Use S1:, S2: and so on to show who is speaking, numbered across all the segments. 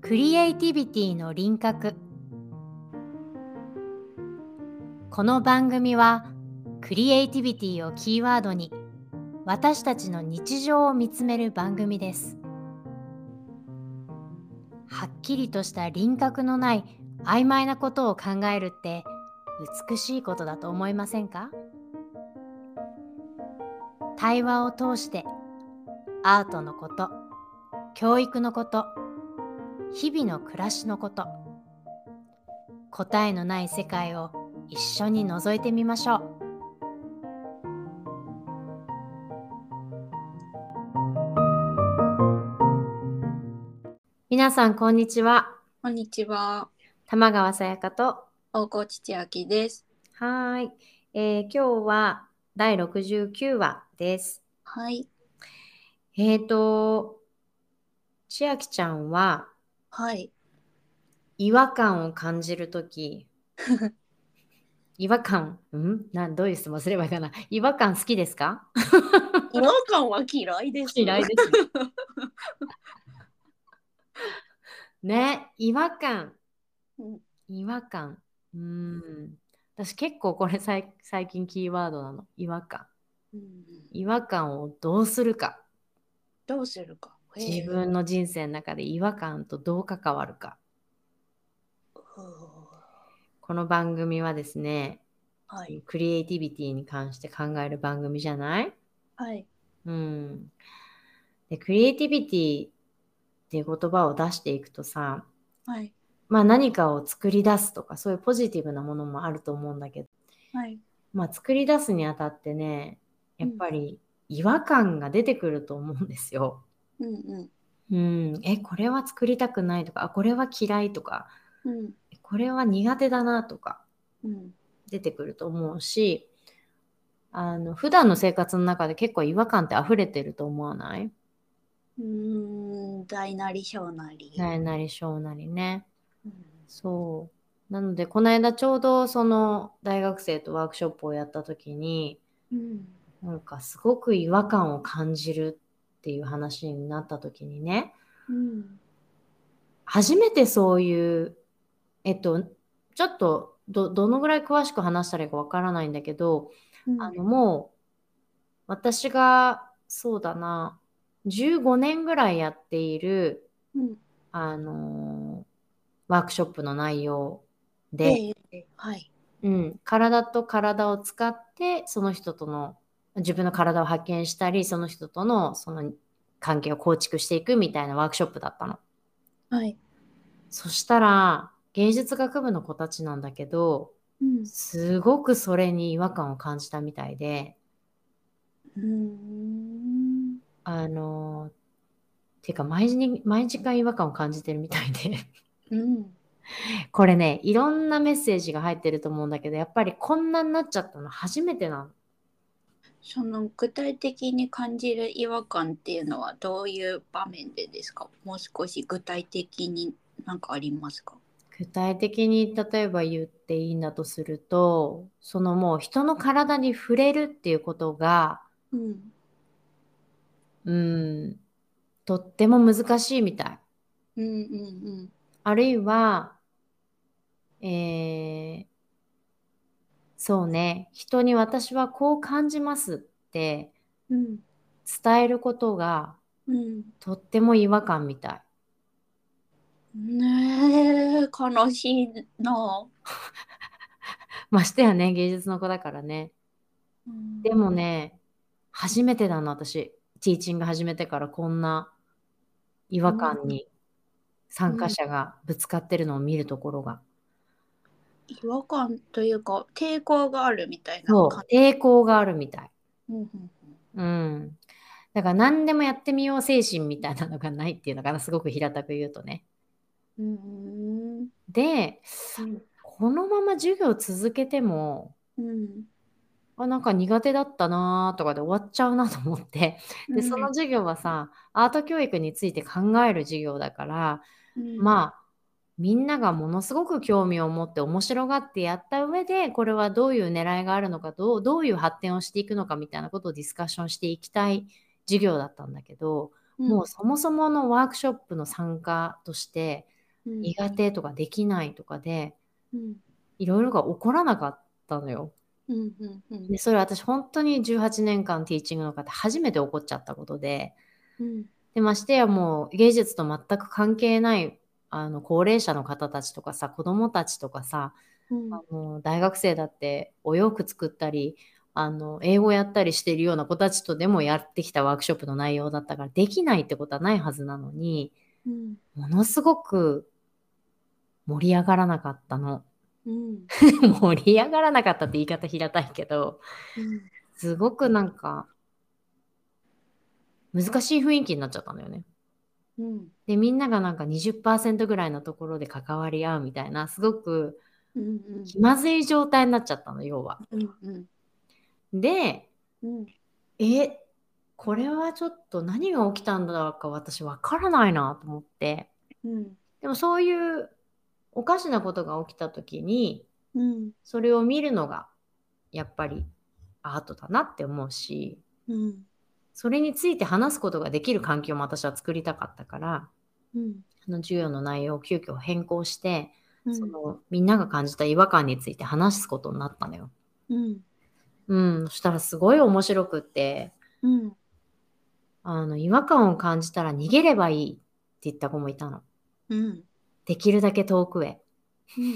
S1: クリエイティビティの輪郭この番組はクリエイティビティをキーワードに私たちの日常を見つめる番組ですはっきりとした輪郭のない曖昧なことを考えるって美しいことだと思いませんか対話を通してアートのこと教育のこと日々の暮らしのこと答えのない世界を一緒に覗いてみましょう皆さんこんにちは
S2: こんにちは、
S1: 玉川さやかと
S2: 大河内千秋です。
S1: はーい、えー今日は第69話です
S2: はい、
S1: えーと千秋ちゃんは
S2: はい、
S1: 違和感を感じるとき違和感んなんどういう質問すればいいかな違和感好きですか
S2: 違和感は嫌いです。
S1: 嫌いですね ね違和感
S2: うん
S1: 違和感うーん私結構これさい最近キーワードなの違和感
S2: うん
S1: 違和感をどうするか
S2: どうするか。へえ
S1: 自分の人生の中で違和感とどう関わるかこの番組はですね
S2: はい、
S1: クリエイティビティに関して考える番組じゃない
S2: はい、
S1: うん。で、クリエイティビティっていう言葉を出していくとさ、
S2: はい、
S1: まあ何かを作り出すとか、そういうポジティブなものもあると思うんだけど、
S2: はい、
S1: まあ作り出すにあたってね、やっぱり違和感が出てくると思うんですよ。
S2: うんうん
S1: うん。え、これは作りたくないとか、あこれは嫌いとか、
S2: うん
S1: これは苦手だなとか
S2: うん
S1: 出てくると思うし、あの、普段の生活の中で結構違和感って溢れてると思わない、
S2: うーん、大なり小なり。
S1: 大なり小なりね。
S2: うん
S1: そう。なので、この間ちょうどその大学生とワークショップをやった時に、
S2: うん
S1: なんかすごく違和感を感じるっていう話になった時にね、
S2: うん
S1: 初めてそういう、えっと、ちょっとど、どのぐらい詳しく話したらいいかわからないんだけど、
S2: うん
S1: あの、もう、私が、そうだな、15年ぐらいやっている、
S2: うん
S1: あのーワークショップの内容で、
S2: ええはい、
S1: うん、体と体を使ってその人との自分の体を発見したりその人とのその関係を構築していくみたいなワークショップだったの。
S2: はい、
S1: そしたら芸術学部の子たちなんだけど
S2: うん
S1: すごくそれに違和感を感じたみたいで
S2: うーん、
S1: あのていうか毎日毎時間違和感を感じてるみたいで
S2: うん、
S1: これねいろんなメッセージが入ってると思うんだけどやっぱりこんなになっちゃったの初めてなの。
S2: その具体的に感じる違和感っていうのはどういう場面でですかもう少し具体的になんかありますか
S1: 具体的に例えば言っていいんだとするとそのもう人の体に触れるっていうことが
S2: うん
S1: うんとっても難しいみたい
S2: うんうん
S1: あるいはえーそうね人に私はこう感じますって
S2: うんうん
S1: 伝えることが
S2: うん
S1: とっても違和感みたい
S2: ねえ悲しいな
S1: ましてやね芸術の子だからね
S2: うん
S1: でもね、初めてだな、私。ティーチング始めてからこんな違和感に参加者がぶつかってるのを見るところが。
S2: 違和感というか抵抗があるみたいな
S1: そう
S2: 感、
S1: 抵抗があるみたい。
S2: じうんうん
S1: うん。だから何でもやってみよう精神みたいなのがないっていうのかな、すごく平たく言うとね。
S2: うん
S1: で、
S2: うん
S1: このまま授業続けても、
S2: うん
S1: あなんか苦手だったなーとかで終わっちゃうなと思って。で、その授業はさ、アート教育について考える授業だから、
S2: あ
S1: まあみんながものすごく興味を持って面白がってやった上でこれはどういう狙いがあるのかどうどういう発展をしていくのかみたいなことをディスカッションしていきたい授業だったんだけど、もうそもそものワークショップの参加として
S2: うん
S1: 苦手とかできないとかで
S2: うん
S1: いろいろが起こらなかったのよ。
S2: うんうんうん
S1: でそれ私本当に18年間ティーチングの方初めて起こっちゃったことで
S2: うん
S1: でましてやもう芸術と全く関係ないあの高齢者の方たちとかさ子供たちとかさ
S2: うん
S1: あの大学生だってお洋服作ったりあの英語やったりしてるような子たちとでもやってきたワークショップの内容だったからできないってことはないはずなのに
S2: うん
S1: ものすごく盛り上がらなかったの
S2: うん
S1: 盛り上がらなかったって言い方平たいけど
S2: うん
S1: すごくなんか難しい雰囲気になっちゃったのよね。
S2: うん
S1: でみんながなんか20%ぐらいのところで関わり合うみたいなすごく
S2: うん
S1: 気まずい状態になっちゃったの要は。
S2: うんうん
S1: で
S2: うん
S1: えこれはちょっと何が起きたんだか私わからないなと思って
S2: うん
S1: でもそういうおかしなことが起きた時に
S2: うん
S1: それを見るのがやっぱりアートだなって思うし
S2: うん
S1: それについて話すことができる環境も私は作りたかったから
S2: うん
S1: あの授業の内容を急遽変更して
S2: うん
S1: そのみんなが感じた違和感について話すことになったのよ。
S2: うん
S1: うん、そしたらすごい面白くって
S2: うん
S1: あの違和感を感じたら逃げればいいって言った子もいたの。
S2: うん
S1: できるだけ遠くへ。
S2: うん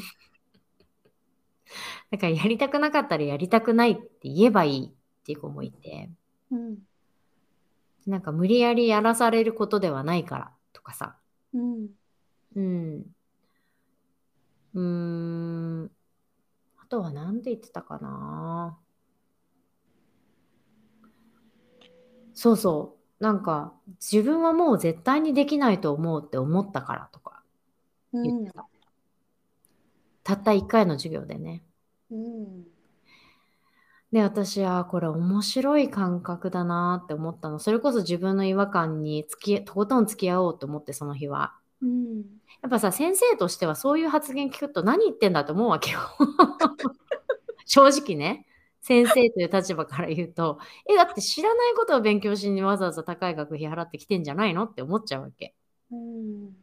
S1: だからやりたくなかったらやりたくないって言えばいいっていう子もいて
S2: うん
S1: なんか無理やりやらされることではないからとかさ。
S2: うん
S1: うん。うーん。あとは何て言ってたかな。そうそう。なんか、自分はもう絶対にできないと思うって思ったからとか
S2: う
S1: 言っ
S2: ん
S1: てた。たった1回の授業でね。
S2: うん
S1: で、私はこれ面白い感覚だなって思ったの。それこそ自分の違和感に付きとことん付き合おうと思って、その日は。
S2: うん
S1: やっぱさ先生としてはそういう発言聞くと何言ってんだと思うわけよ。 正直ね先生という立場から言うとえだって知らないことを勉強しにわざわざ高い学費払ってきてんじゃないのって思っちゃうわけ。
S2: うん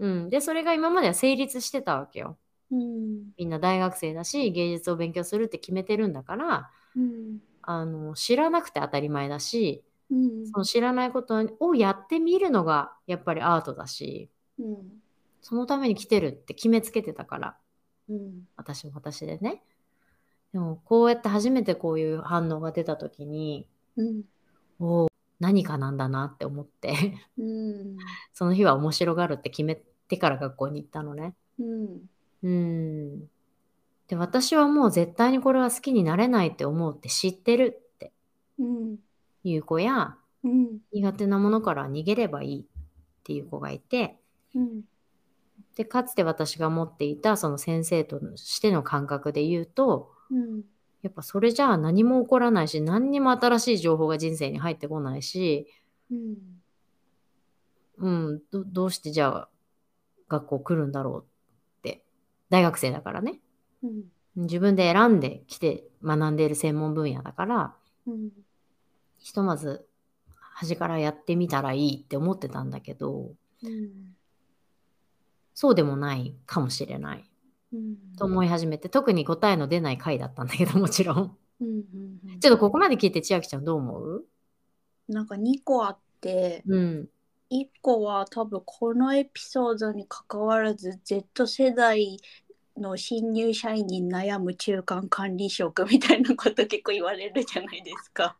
S1: うん、でそれが今までは成立してたわけよ。
S2: うん
S1: みんな大学生だし芸術を勉強するって決めてるんだから
S2: うん
S1: あの知らなくて当たり前だし
S2: うん
S1: その知らないことをやってみるのがやっぱりアートだし
S2: うん
S1: そのために来てるって決めつけてたから。
S2: うん
S1: 私も私でね。でもこうやって初めてこういう反応が出た時に
S2: うん
S1: 何かなんだなって思って
S2: うん
S1: その日は面白がるって決めてから学校に行ったのね。
S2: うん
S1: うん。で私はもう絶対にこれは好きになれないって思うって知ってるって
S2: うん
S1: いう子や
S2: うん
S1: 苦手なものから逃げればいいっていう子がいて
S2: うん
S1: でかつて私が持っていたその先生としての感覚で言うと
S2: うん
S1: やっぱそれじゃあ何も起こらないし何にも新しい情報が人生に入ってこないし、
S2: うん
S1: うん、どどうしてじゃあ学校来るんだろうって大学生だからね
S2: うん
S1: 自分で選んできて学んでいる専門分野だから
S2: うん
S1: ひとまず端からやってみたらいいって思ってたんだけど
S2: うん
S1: そうでもないかもしれない
S2: うん
S1: と思い始めて特に答えの出ない回だったんだけどもちろん
S2: うんうんうん
S1: ちょっとここまで聞いて千秋ちゃんどう思う
S2: なんか2個あって
S1: うん
S2: 1個は多分このエピソードに関わらず Z 世代の新入社員に悩む中間管理職みたいなこと結構言われるじゃないですか。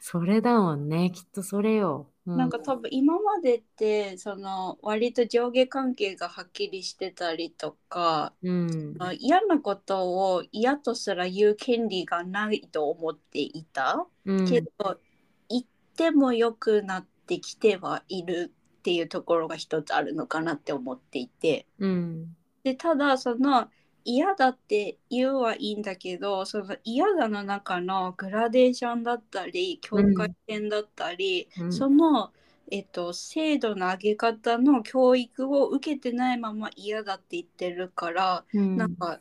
S1: それだもんねきっとそれよ、う
S2: なんか多分今までってその割と上下関係がはっきりしてたりとか
S1: うん
S2: まあ嫌なことを嫌とすら言う権利がないと思っていた
S1: うん
S2: けど、言っても良くなってきてはいるっていうところが一つあるのかなって思っていて
S1: うん
S2: でただその嫌だって言うはいいんだけどその嫌だの中のグラデーションだったり境界線だったり、
S1: うん
S2: その、えっと、制度の上げ方の教育を受けてないまま嫌だって言ってるから、
S1: うん
S2: なんか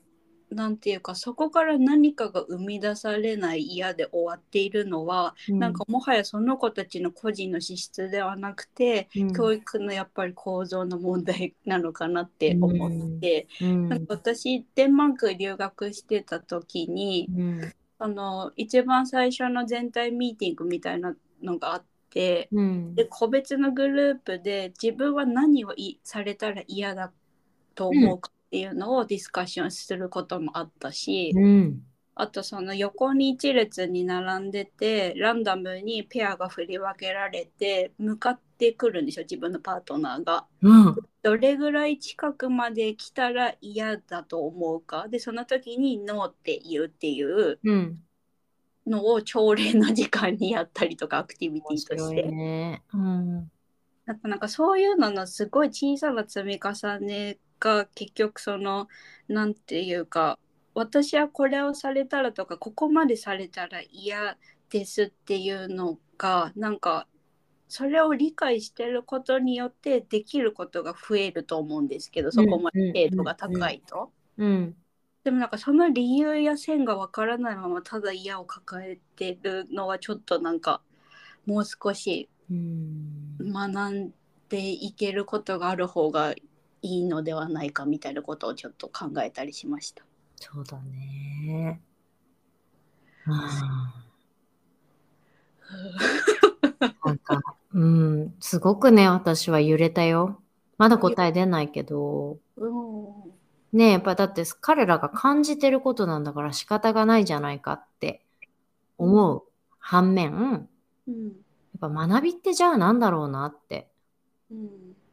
S2: なんていうかそこから何かが生み出されない嫌で終わっているのは、なんかもはやその子たちの個人の資質ではなくて、
S1: うん、
S2: 教育のやっぱり構造の問題なのかなって思って、
S1: うん、
S2: なんか私デンマーク留学してた時に、
S1: うん
S2: あの一番最初の全体ミーティングみたいなのがあって
S1: うん
S2: で個別のグループで自分は何をいされたら嫌だと思うかっていうのをディスカッションすることもあったし、
S1: うん
S2: あとその横に一列に並んでてランダムにペアが振り分けられて向かってくるんですよ自分のパートナーが。
S1: うん
S2: どれぐらい近くまで来たら嫌だと思うかでその時に「ノー」って言うっていう
S1: うん
S2: のを朝礼の時間にやったりとかアクティビテ
S1: 面
S2: ィと
S1: 白
S2: し
S1: い
S2: て、
S1: ね。うん
S2: なんかなんかそういうののすごい小さな積み重ねが結局そのなんていうか私はこれをされたらとかここまでされたら嫌ですっていうのがなんかそれを理解してることによってできることが増えると思うんですけどそこまで程度が高いと。
S1: うん
S2: でもなんかその理由や線がわからないままただ嫌を抱えてるのはちょっとなんかもう少し
S1: うん
S2: 学んでいけることがある方がいいのではないかみたいなことをちょっと考えたりしました。
S1: そうだね。ああなんか、うん、すごくね、私は揺れたよ。まだ答え出ないけど、
S2: うん、
S1: ねえやっぱりだって彼らが感じてることなんだから仕方がないじゃないかって思う反面、
S2: うん、
S1: やっぱ学びってじゃあ何だろうなって、
S2: うん、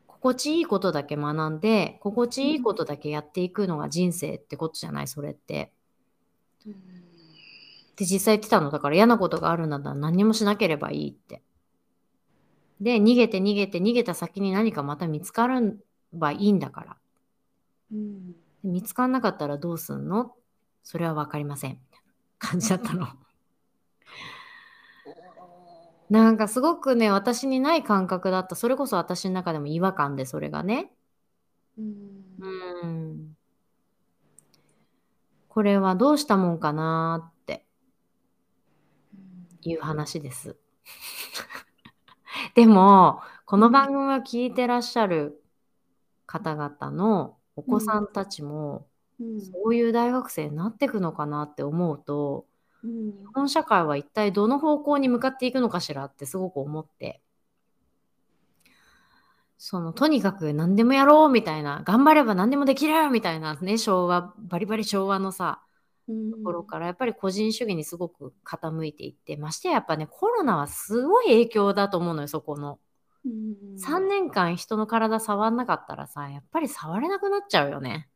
S1: 心地いいことだけ学んで、心地いいことだけやっていくのが人生ってことじゃない、それって。で、実際言ってたの。だから嫌なことがあるなら何もしなければいいって。で、逃げて逃げて逃げた先に何かまた見つかればいいんだから。
S2: うん、
S1: で見つかんなかったらどうすんのそれはわかりません。みたいな感じだったの。なんかすごくね、私にない感覚だった。それこそ私の中でも違和感で、それがね。
S2: うん、
S1: うん。これはどうしたもんかなーって。いう話です。 でも、この番組を聞いてらっしゃる方々のお子さんたちも、
S2: うん、
S1: そういう大学生になっていくのかなって思うと、
S2: うん
S1: 日、本社会は一体どの方向に向かっていくのかしらってすごく思って、その、とにかく何でもやろうみたいな、頑張れば何でもできるみたいなね、昭和、バリバリ昭和のさ、
S2: うん、
S1: ところからやっぱり個人主義にすごく傾いていってましてやっぱねコロナはすごい影響だと思うのよそこの
S2: うん、
S1: 3年間人の体触んなかったらさやっぱり触れなくなっちゃうよね、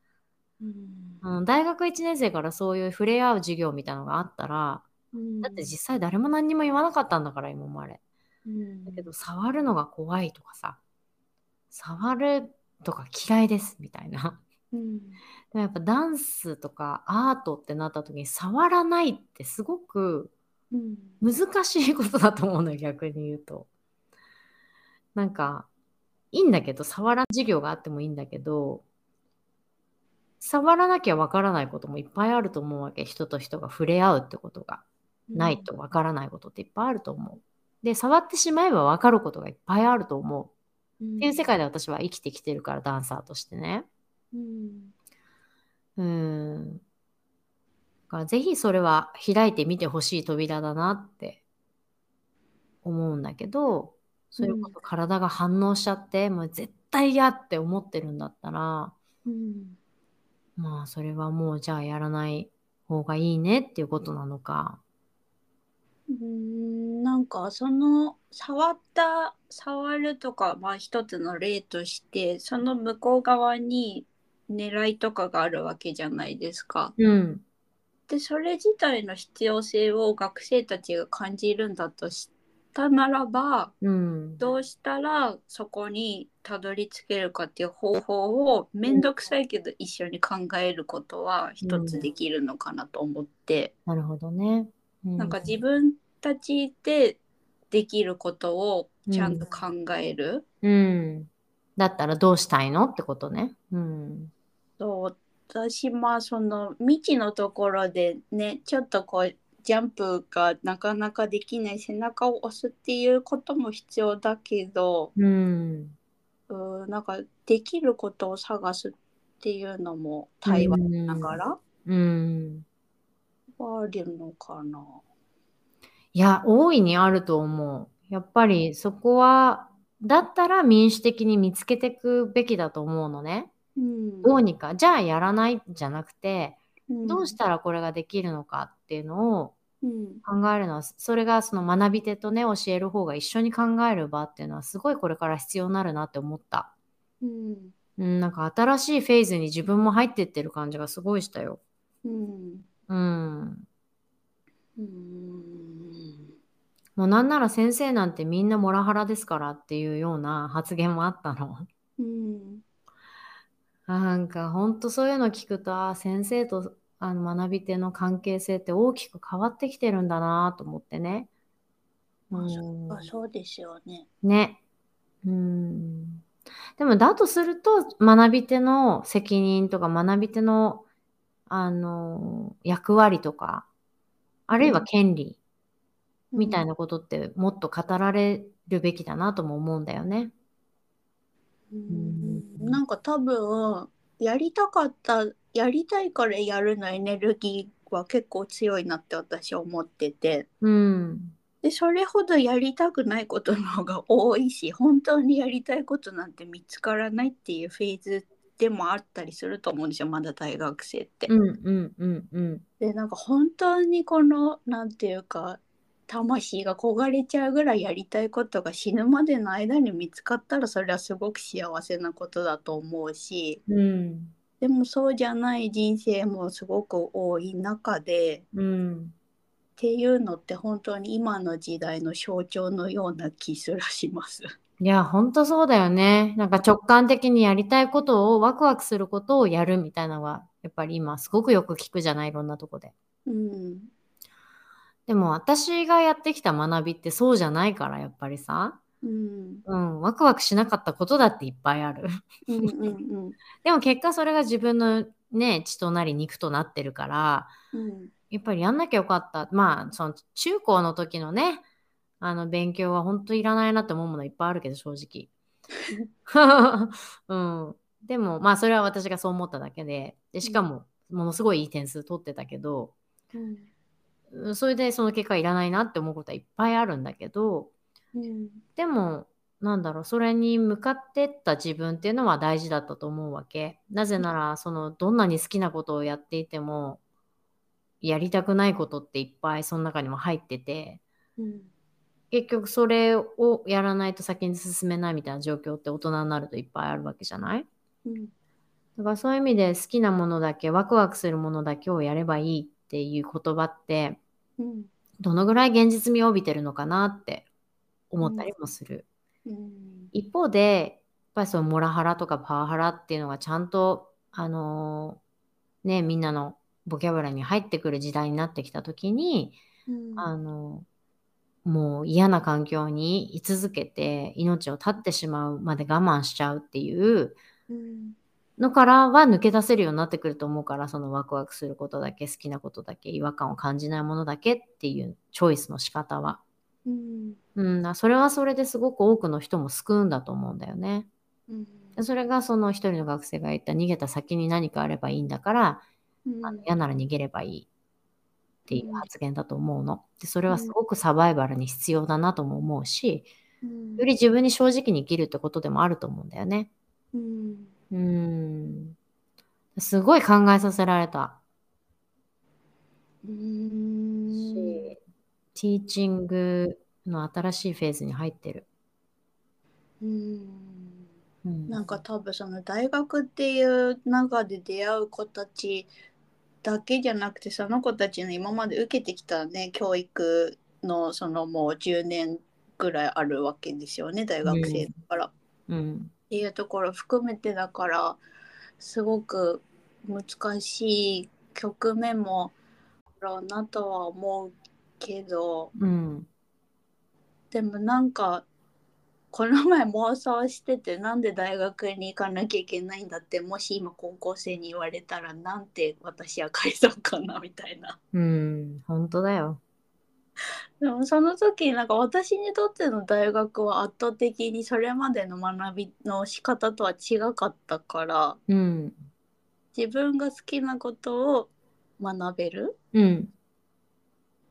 S2: うん、
S1: うん、大学1年生からそういう触れ合う授業みたいのがあったら
S2: うん、
S1: だって実際誰も何にも言わなかったんだから今まで
S2: うん、
S1: だけど触るのが怖いとかさ触るとか嫌いですみたいな
S2: うん、
S1: でもやっぱダンスとかアートってなった時に触らないってすごく
S2: うん、
S1: 難しいことだと思うのよ逆に言うと。なんかいいんだけど触らん授業があってもいいんだけど触らなきゃわからないこともいっぱいあると思うわけ人と人が触れ合うってことがないとわからないことっていっぱいあると思う。で触ってしまえばわかることがいっぱいあると思う。
S2: うん、
S1: っていう世界で私は生きてきてるからダンサーとしてね。
S2: うん、
S1: うーん。だからぜひそれは開いてみてほしい扉だなって思うんだけど、それこそ体が反応しちゃって、もう絶対嫌って思ってるんだったら、
S2: うん、
S1: まあそれはもうじゃあやらない方がいいねっていうことなのか。
S2: うーんなんかその触った触るとか、まあ、一つの例としてその向こう側に狙いとかがあるわけじゃないですか。
S1: うん。
S2: でそれ自体の必要性を学生たちが感じるんだとしたならば
S1: うん。
S2: どうしたらそこにたどり着けるかっていう方法を面倒くさいけど一緒に考えることは一つできるのかなと思って。
S1: なるほどね。う
S2: なんか自分たちでできることをちゃんと考える、
S1: うん。だったらどうしたいのってことね。うん。
S2: そう私まあその未知のところでねちょっとこうジャンプがなかなかできない背中を押すっていうことも必要だけど
S1: うん。
S2: うーんなんかできることを探すっていうのも対話しながら
S1: うん。
S2: あるのかな。
S1: いや、大いにあると思う。やっぱりそこは、だったら民主的に見つけていくべきだと思うのね。
S2: うん
S1: どうにか、じゃあやらないじゃなくて、
S2: うん
S1: どうしたらこれができるのかっていうのを
S2: うん
S1: 考えるのは、それがその学び手とね、教える方が一緒に考える場っていうのは、すごいこれから必要になるなって思った。
S2: うん
S1: うん、なんか新しいフェーズに自分も入ってってる感じがすごいしたよ。
S2: うん
S1: うん。
S2: うん
S1: もうなんなら先生なんてみんなモラハラですからっていうような発言もあったの。
S2: うん
S1: なんか本当そういうの聞くと、あー先生とあの学び手の関係性って大きく変わってきてるんだなと思ってね。
S2: まあ
S1: うん
S2: あそうですよね。
S1: ね。うん。でもだとすると、学び手の責任とか学び手の、あの、役割とか、あるいは権利みたいなことってもっと語られるべきだなとも思うんだよね。
S2: うんなんか多分やりたかったやりたいからやるのエネルギーは結構強いなって私思ってて
S1: うん。
S2: でそれほどやりたくないことの方が多いし本当にやりたいことなんて見つからないっていうフェーズでもあったりすると思うんですよまだ大学生って。
S1: うんうんうんうん。
S2: でなんか本当にこのなんていうか魂が焦がれちゃうぐらいやりたいことが死ぬまでの間に見つかったらそれはすごく幸せなことだと思うし
S1: うん。
S2: でもそうじゃない人生もすごく多い中で
S1: うん。
S2: っていうのって本当に今の時代の象徴のような気すらします。
S1: いや、ほんとそうだよね。なんか直感的にやりたいことをワクワクすることをやるみたいなのが、やっぱり今すごくよく聞くじゃない、いろんなとこで。
S2: うん、
S1: でも私がやってきた学びってそうじゃないから、やっぱりさ。
S2: うん、
S1: うん、ワクワクしなかったことだっていっぱいある。
S2: うん、うん、
S1: でも結果それが自分のね、血となり肉となってるから、
S2: うん、
S1: やっぱりやんなきゃよかった。まあ、その中高の時のね、あの勉強は本当いらないなって思うものいっぱいあるけど、正直。 うん。でも、まあ、それは私がそう思っただけで、でしかも、ものすごいいい点数取ってたけど、
S2: うん、
S1: うんそれでその結果いらないなって思うことはいっぱいあるんだけど、
S2: うん、
S1: でも、なんだろう、それに向かってった自分っていうのは大事だったと思うわけ。なぜなら、その、どんなに好きなことをやっていても、やりたくないことっていっぱいその中にも入ってて、
S2: うん、
S1: 結局それをやらないと先に進めないみたいな状況って大人になるといっぱいあるわけじゃない
S2: うん、
S1: だからそういう意味で好きなものだけ、ワクワクするものだけをやればいいっていう言葉って、
S2: うん、
S1: どのぐらい現実味を帯びてるのかなって思ったりもする。
S2: うん、
S1: 一方でやっぱりそのモラハラとかパワハラっていうのがちゃんとあのーねみんなのボキャブラに入ってくる時代になってきた時に、
S2: うん、
S1: あのーもう嫌な環境に居続けて命を絶ってしまうまで我慢しちゃうっていう
S2: うん、
S1: のからは抜け出せるようになってくると思うからそのワクワクすることだけ好きなことだけ違和感を感じないものだけっていうチョイスの仕方は。
S2: うん、
S1: うん、だからそれはそれですごく多くの人も救うんだと思うんだよね。
S2: うん
S1: で、それがその一人の学生が言った逃げた先に何かあればいいんだから、あの嫌なら逃げればいいっていう発言だと思うの。で、それはすごくサバイバルに必要だなとも思うし、
S2: うん
S1: より自分に正直に生きるってことでもあると思うんだよね。
S2: うん、
S1: うん。すごい考えさせられた
S2: うん、
S1: し、ティーチングの新しいフェーズに入ってる。
S2: うん。
S1: うん、
S2: なんか多分その大学っていう中で出会う子たちだけじゃなくてその子たちの今まで受けてきたね教育のそのもう10年ぐらいあるわけですよね大学生だから、っ
S1: うん、
S2: ていうところ含めてだからすごく難しい局面もあろうなとは思うけど
S1: うん、
S2: でもなんかこの前妄想しててなんで大学に行かなきゃいけないんだってもし今高校生に言われたらなんて私は返そうかなみたいな
S1: うん、本当だよ。
S2: でもその時なんか私にとっての大学は圧倒的にそれまでの学びの仕方とは違かったから
S1: うん。
S2: 自分が好きなことを学べる
S1: うん。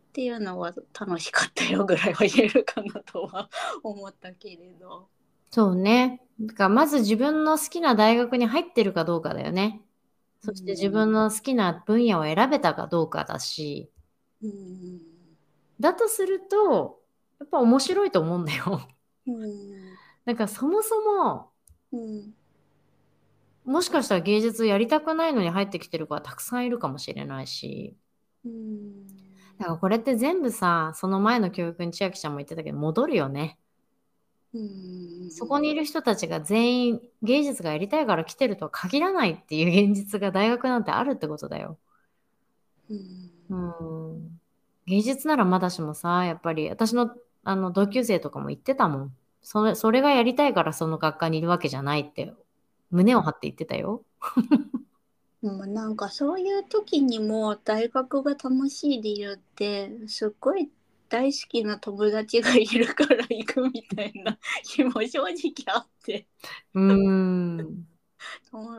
S2: っていうのは楽しかったよぐらいは言えるかなとは思ったけれど
S1: そうね。だからまず自分の好きな大学に入ってるかどうかだよね。そして自分の好きな分野を選べたかどうかだし、
S2: うん
S1: だとすると、やっぱ面白いと思うんだよ。
S2: うん
S1: なんかそもそも、
S2: うん
S1: もしかしたら芸術やりたくないのに入ってきてる子はたくさんいるかもしれないし、
S2: うん
S1: だからこれって全部さ、その前の教育に千秋ちゃんも言ってたけど、戻るよね。
S2: うん
S1: そこにいる人たちが全員芸術がやりたいから来てるとは限らないっていう現実が大学なんてあるってことだよ。
S2: うん
S1: うん。芸術ならまだしもさ、やっぱり私のあの同級生とかも言ってたもん。それそれがやりたいからその学科にいるわけじゃないって胸を張って言ってた よ。
S2: もうなんかそういう時にも大学が楽しい理由ってすっごい大好きな友達がいるから行くみたいな 気も正直あって
S1: うん。
S2: うん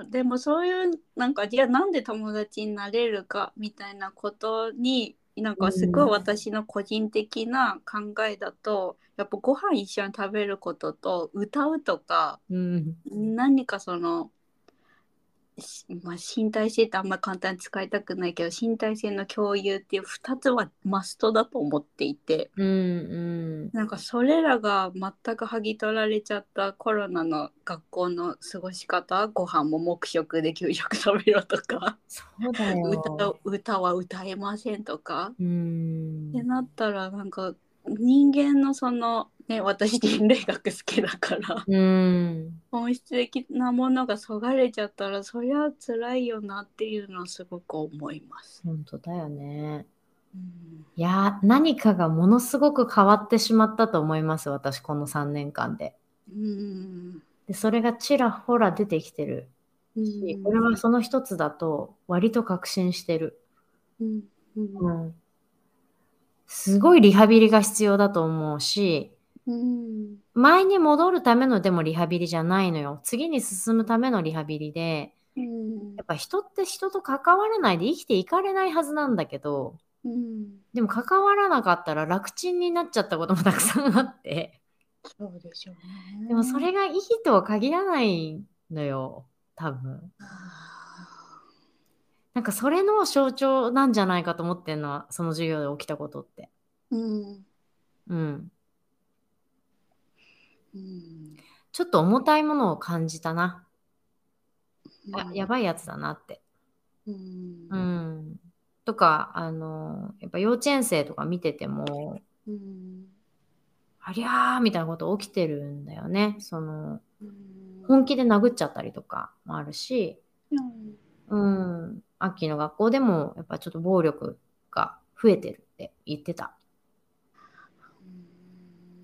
S2: でもそういうなんかじゃあなんで友達になれるかみたいなことになんかすごい
S1: うん
S2: 私の個人的な考えだとやっぱご飯一緒に食べることと歌うとか
S1: うん。
S2: 何かその、しまあ、身体性ってあんま簡単に使いたくないけど身体性の共有っていう2つはマストだと思っていて
S1: うん。うん。
S2: なんかそれらが全く剥ぎ取られちゃったコロナの学校の過ごし方ご飯も黙食で給食食べろとか
S1: そうだ
S2: 歌
S1: よ。
S2: を歌は歌えませんとか
S1: うん
S2: って。なったらなんか人間のそのね私人類学好きだから。
S1: うん。
S2: 本質的なものがそがれちゃったらそりゃ辛いよなっていうのはすごく思います。
S1: 本当だよね。
S2: うん
S1: いやー、何かがものすごく変わってしまったと思います、私、この3年間で。
S2: うん
S1: で、それがちらほら出てきてる
S2: うん
S1: し、これはその一つだと、割と確信してる。
S2: うんうん
S1: ん。すごいリハビリが必要だと思うし、
S2: うん
S1: 前に戻るためのでもリハビリじゃないのよ。次に進むためのリハビリで、
S2: うん
S1: やっぱ人って人と関わらないで生きていかれないはずなんだけど、
S2: うん
S1: でも関わらなかったら楽ちんになっちゃったこともたくさんあって。
S2: そうでしょうね。
S1: でもそれがいいとは限らないのよ、多分。
S2: あ
S1: なんかそれの象徴なんじゃないかと思ってんのは、その授業で起きたことって。
S2: ーうん
S1: うん。
S2: うん
S1: ちょっと重たいものを感じたな。あや
S2: ば
S1: ばいやつだなって。
S2: うん
S1: うん。とか、あの、やっぱ幼稚園生とか見てても、
S2: うん
S1: ありゃーみたいなこと起きてるんだよね。その、
S2: うん
S1: 本気で殴っちゃったりとかもあるし、
S2: うん
S1: うん、秋の学校でもやっぱちょっと暴力が増えてるって言ってた。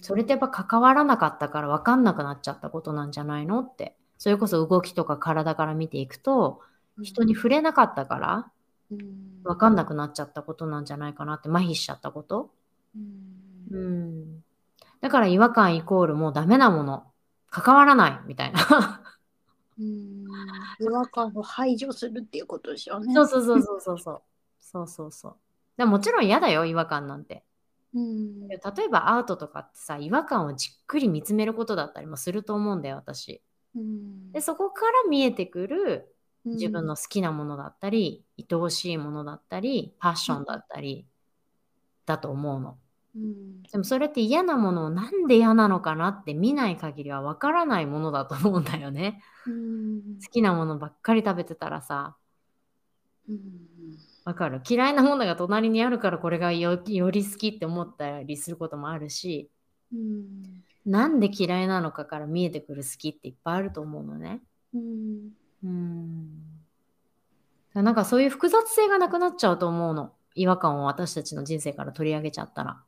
S1: それってやっぱ関わらなかったから分かんなくなっちゃったことなんじゃないのって。それこそ動きとか体から見ていくと、人に触れなかったから
S2: うん
S1: 分かんなくなっちゃったことなんじゃないかなって、麻痺しちゃったこと。
S2: うん
S1: うん。だから違和感イコールもうダメなもの。関わらないみたいな。
S2: うん違和感を排除するっていうことでしょうね。
S1: そうそうそうそうそうそう。そうそうそう。でももちろん嫌だよ、違和感なんて。
S2: うん
S1: 例えばアートとかってさ違和感をじっくり見つめることだったりもすると思うんだよ私
S2: うん
S1: でそこから見えてくる自分
S2: の
S1: の好きなものだったり、愛おしいものだったりパッションだったりだと思うの
S2: うん
S1: でもそれって嫌なものをなんで嫌なのかなって見ない限りはわからないものだと思うんだよね
S2: うん
S1: 好きなものばっかり食べてたらさ
S2: うん
S1: わかる嫌いなものが隣にあるからこれがよより好きって思ったりすることもあるし
S2: うん
S1: なんで嫌いなのかから見えてくる好きっていっぱいあると思うのね。
S2: うん
S1: うん。なんかそういう複雑性がなくなっちゃうと思うの。違和感を私たちの人生から取り上げちゃったら。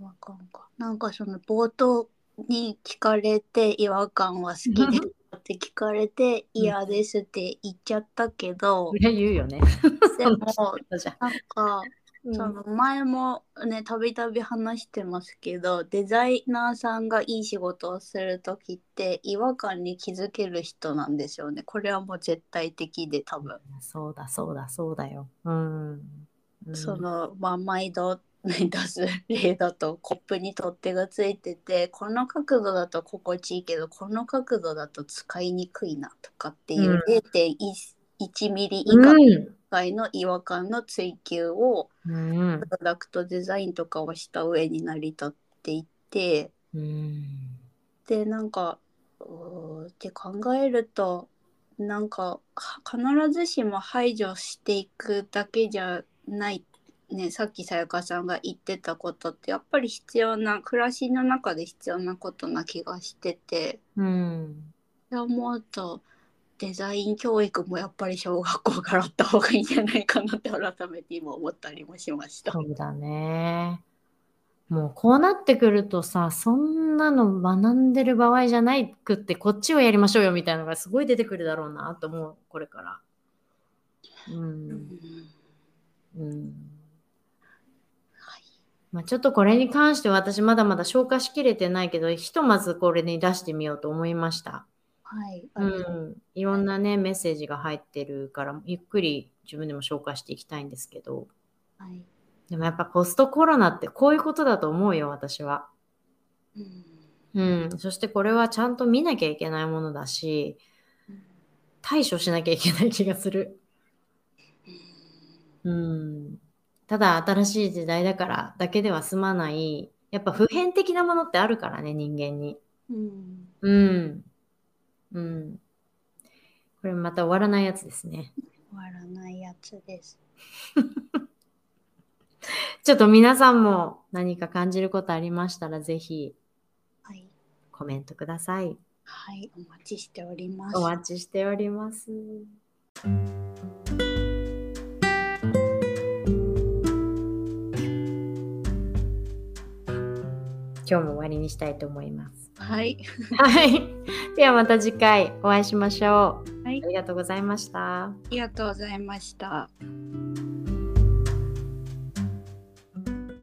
S2: わかんかなんかその冒頭に聞かれて違和感は好きですかって聞かれて嫌ですって言っちゃったけど、
S1: それ言うよね。
S2: でも
S1: そうじゃん
S2: なんかその前もねたびたび話してますけどデザイナーさんがいい仕事をする時って違和感に気づける人なんですよねこれはもう絶対的で多分
S1: そうだそうだそうだよ。うん。うん
S2: その、まあ、毎度ね出す例だとコップに取っ手がついててこの角度だと心地いいけどこの角度だと使いにくいなとかっていううん0.1ミリ以
S1: う
S2: 外
S1: ん
S2: の違和感の追求を
S1: うん
S2: プロダクトデザインとかをした上に成り立っていて
S1: うん
S2: でなんかうーって考えるとなんかは必ずしも排除していくだけじゃない、ね、さっきさやかさんが言ってたことってやっぱり必要な暮らしの中で必要なことな気がしてて
S1: うん
S2: そう思うとデザイン教育もやっぱり小学校からあった方がいいんじゃないかなって改めて今思ったりもしました。
S1: そうだね。もうこうなってくるとさそんなの学んでる場合じゃないくってこっちをやりましょうよみたいなのがすごい出てくるだろうなと思うこれから。う
S2: うんん
S1: うん
S2: はい
S1: まあ、ちょっとこれに関しては私まだまだ消化しきれてないけどひとまずこれに出してみようと思いました。
S2: はい、あ
S1: う、
S2: りがとうん
S1: いろんなねメッセージが入ってるからゆっくり自分でも消化していきたいんですけど
S2: はい
S1: でもやっぱポストコロナってこういうことだと思うよ私は。
S2: うん
S1: うん、そしてこれはちゃんと見なきゃいけないものだし
S2: うん
S1: 対処しなきゃいけない気がする。うん、ただ新しい時代だからだけでは済まないやっぱ普遍的なものってあるからね人間に。
S2: うん
S1: うん。うん。これまた終わらないやつですね。
S2: 終わらないやつです。
S1: ちょっと皆さんも何か感じることありましたら、ぜひ
S2: はい、
S1: コメントください。
S2: はい、お待ちしております。
S1: お待ちしております。今日も終わりにしたいと思います。
S2: はい、
S1: はい。ではまた次回お会いしましょう。
S2: はい
S1: ありがとうございました。
S2: ありがとうございました。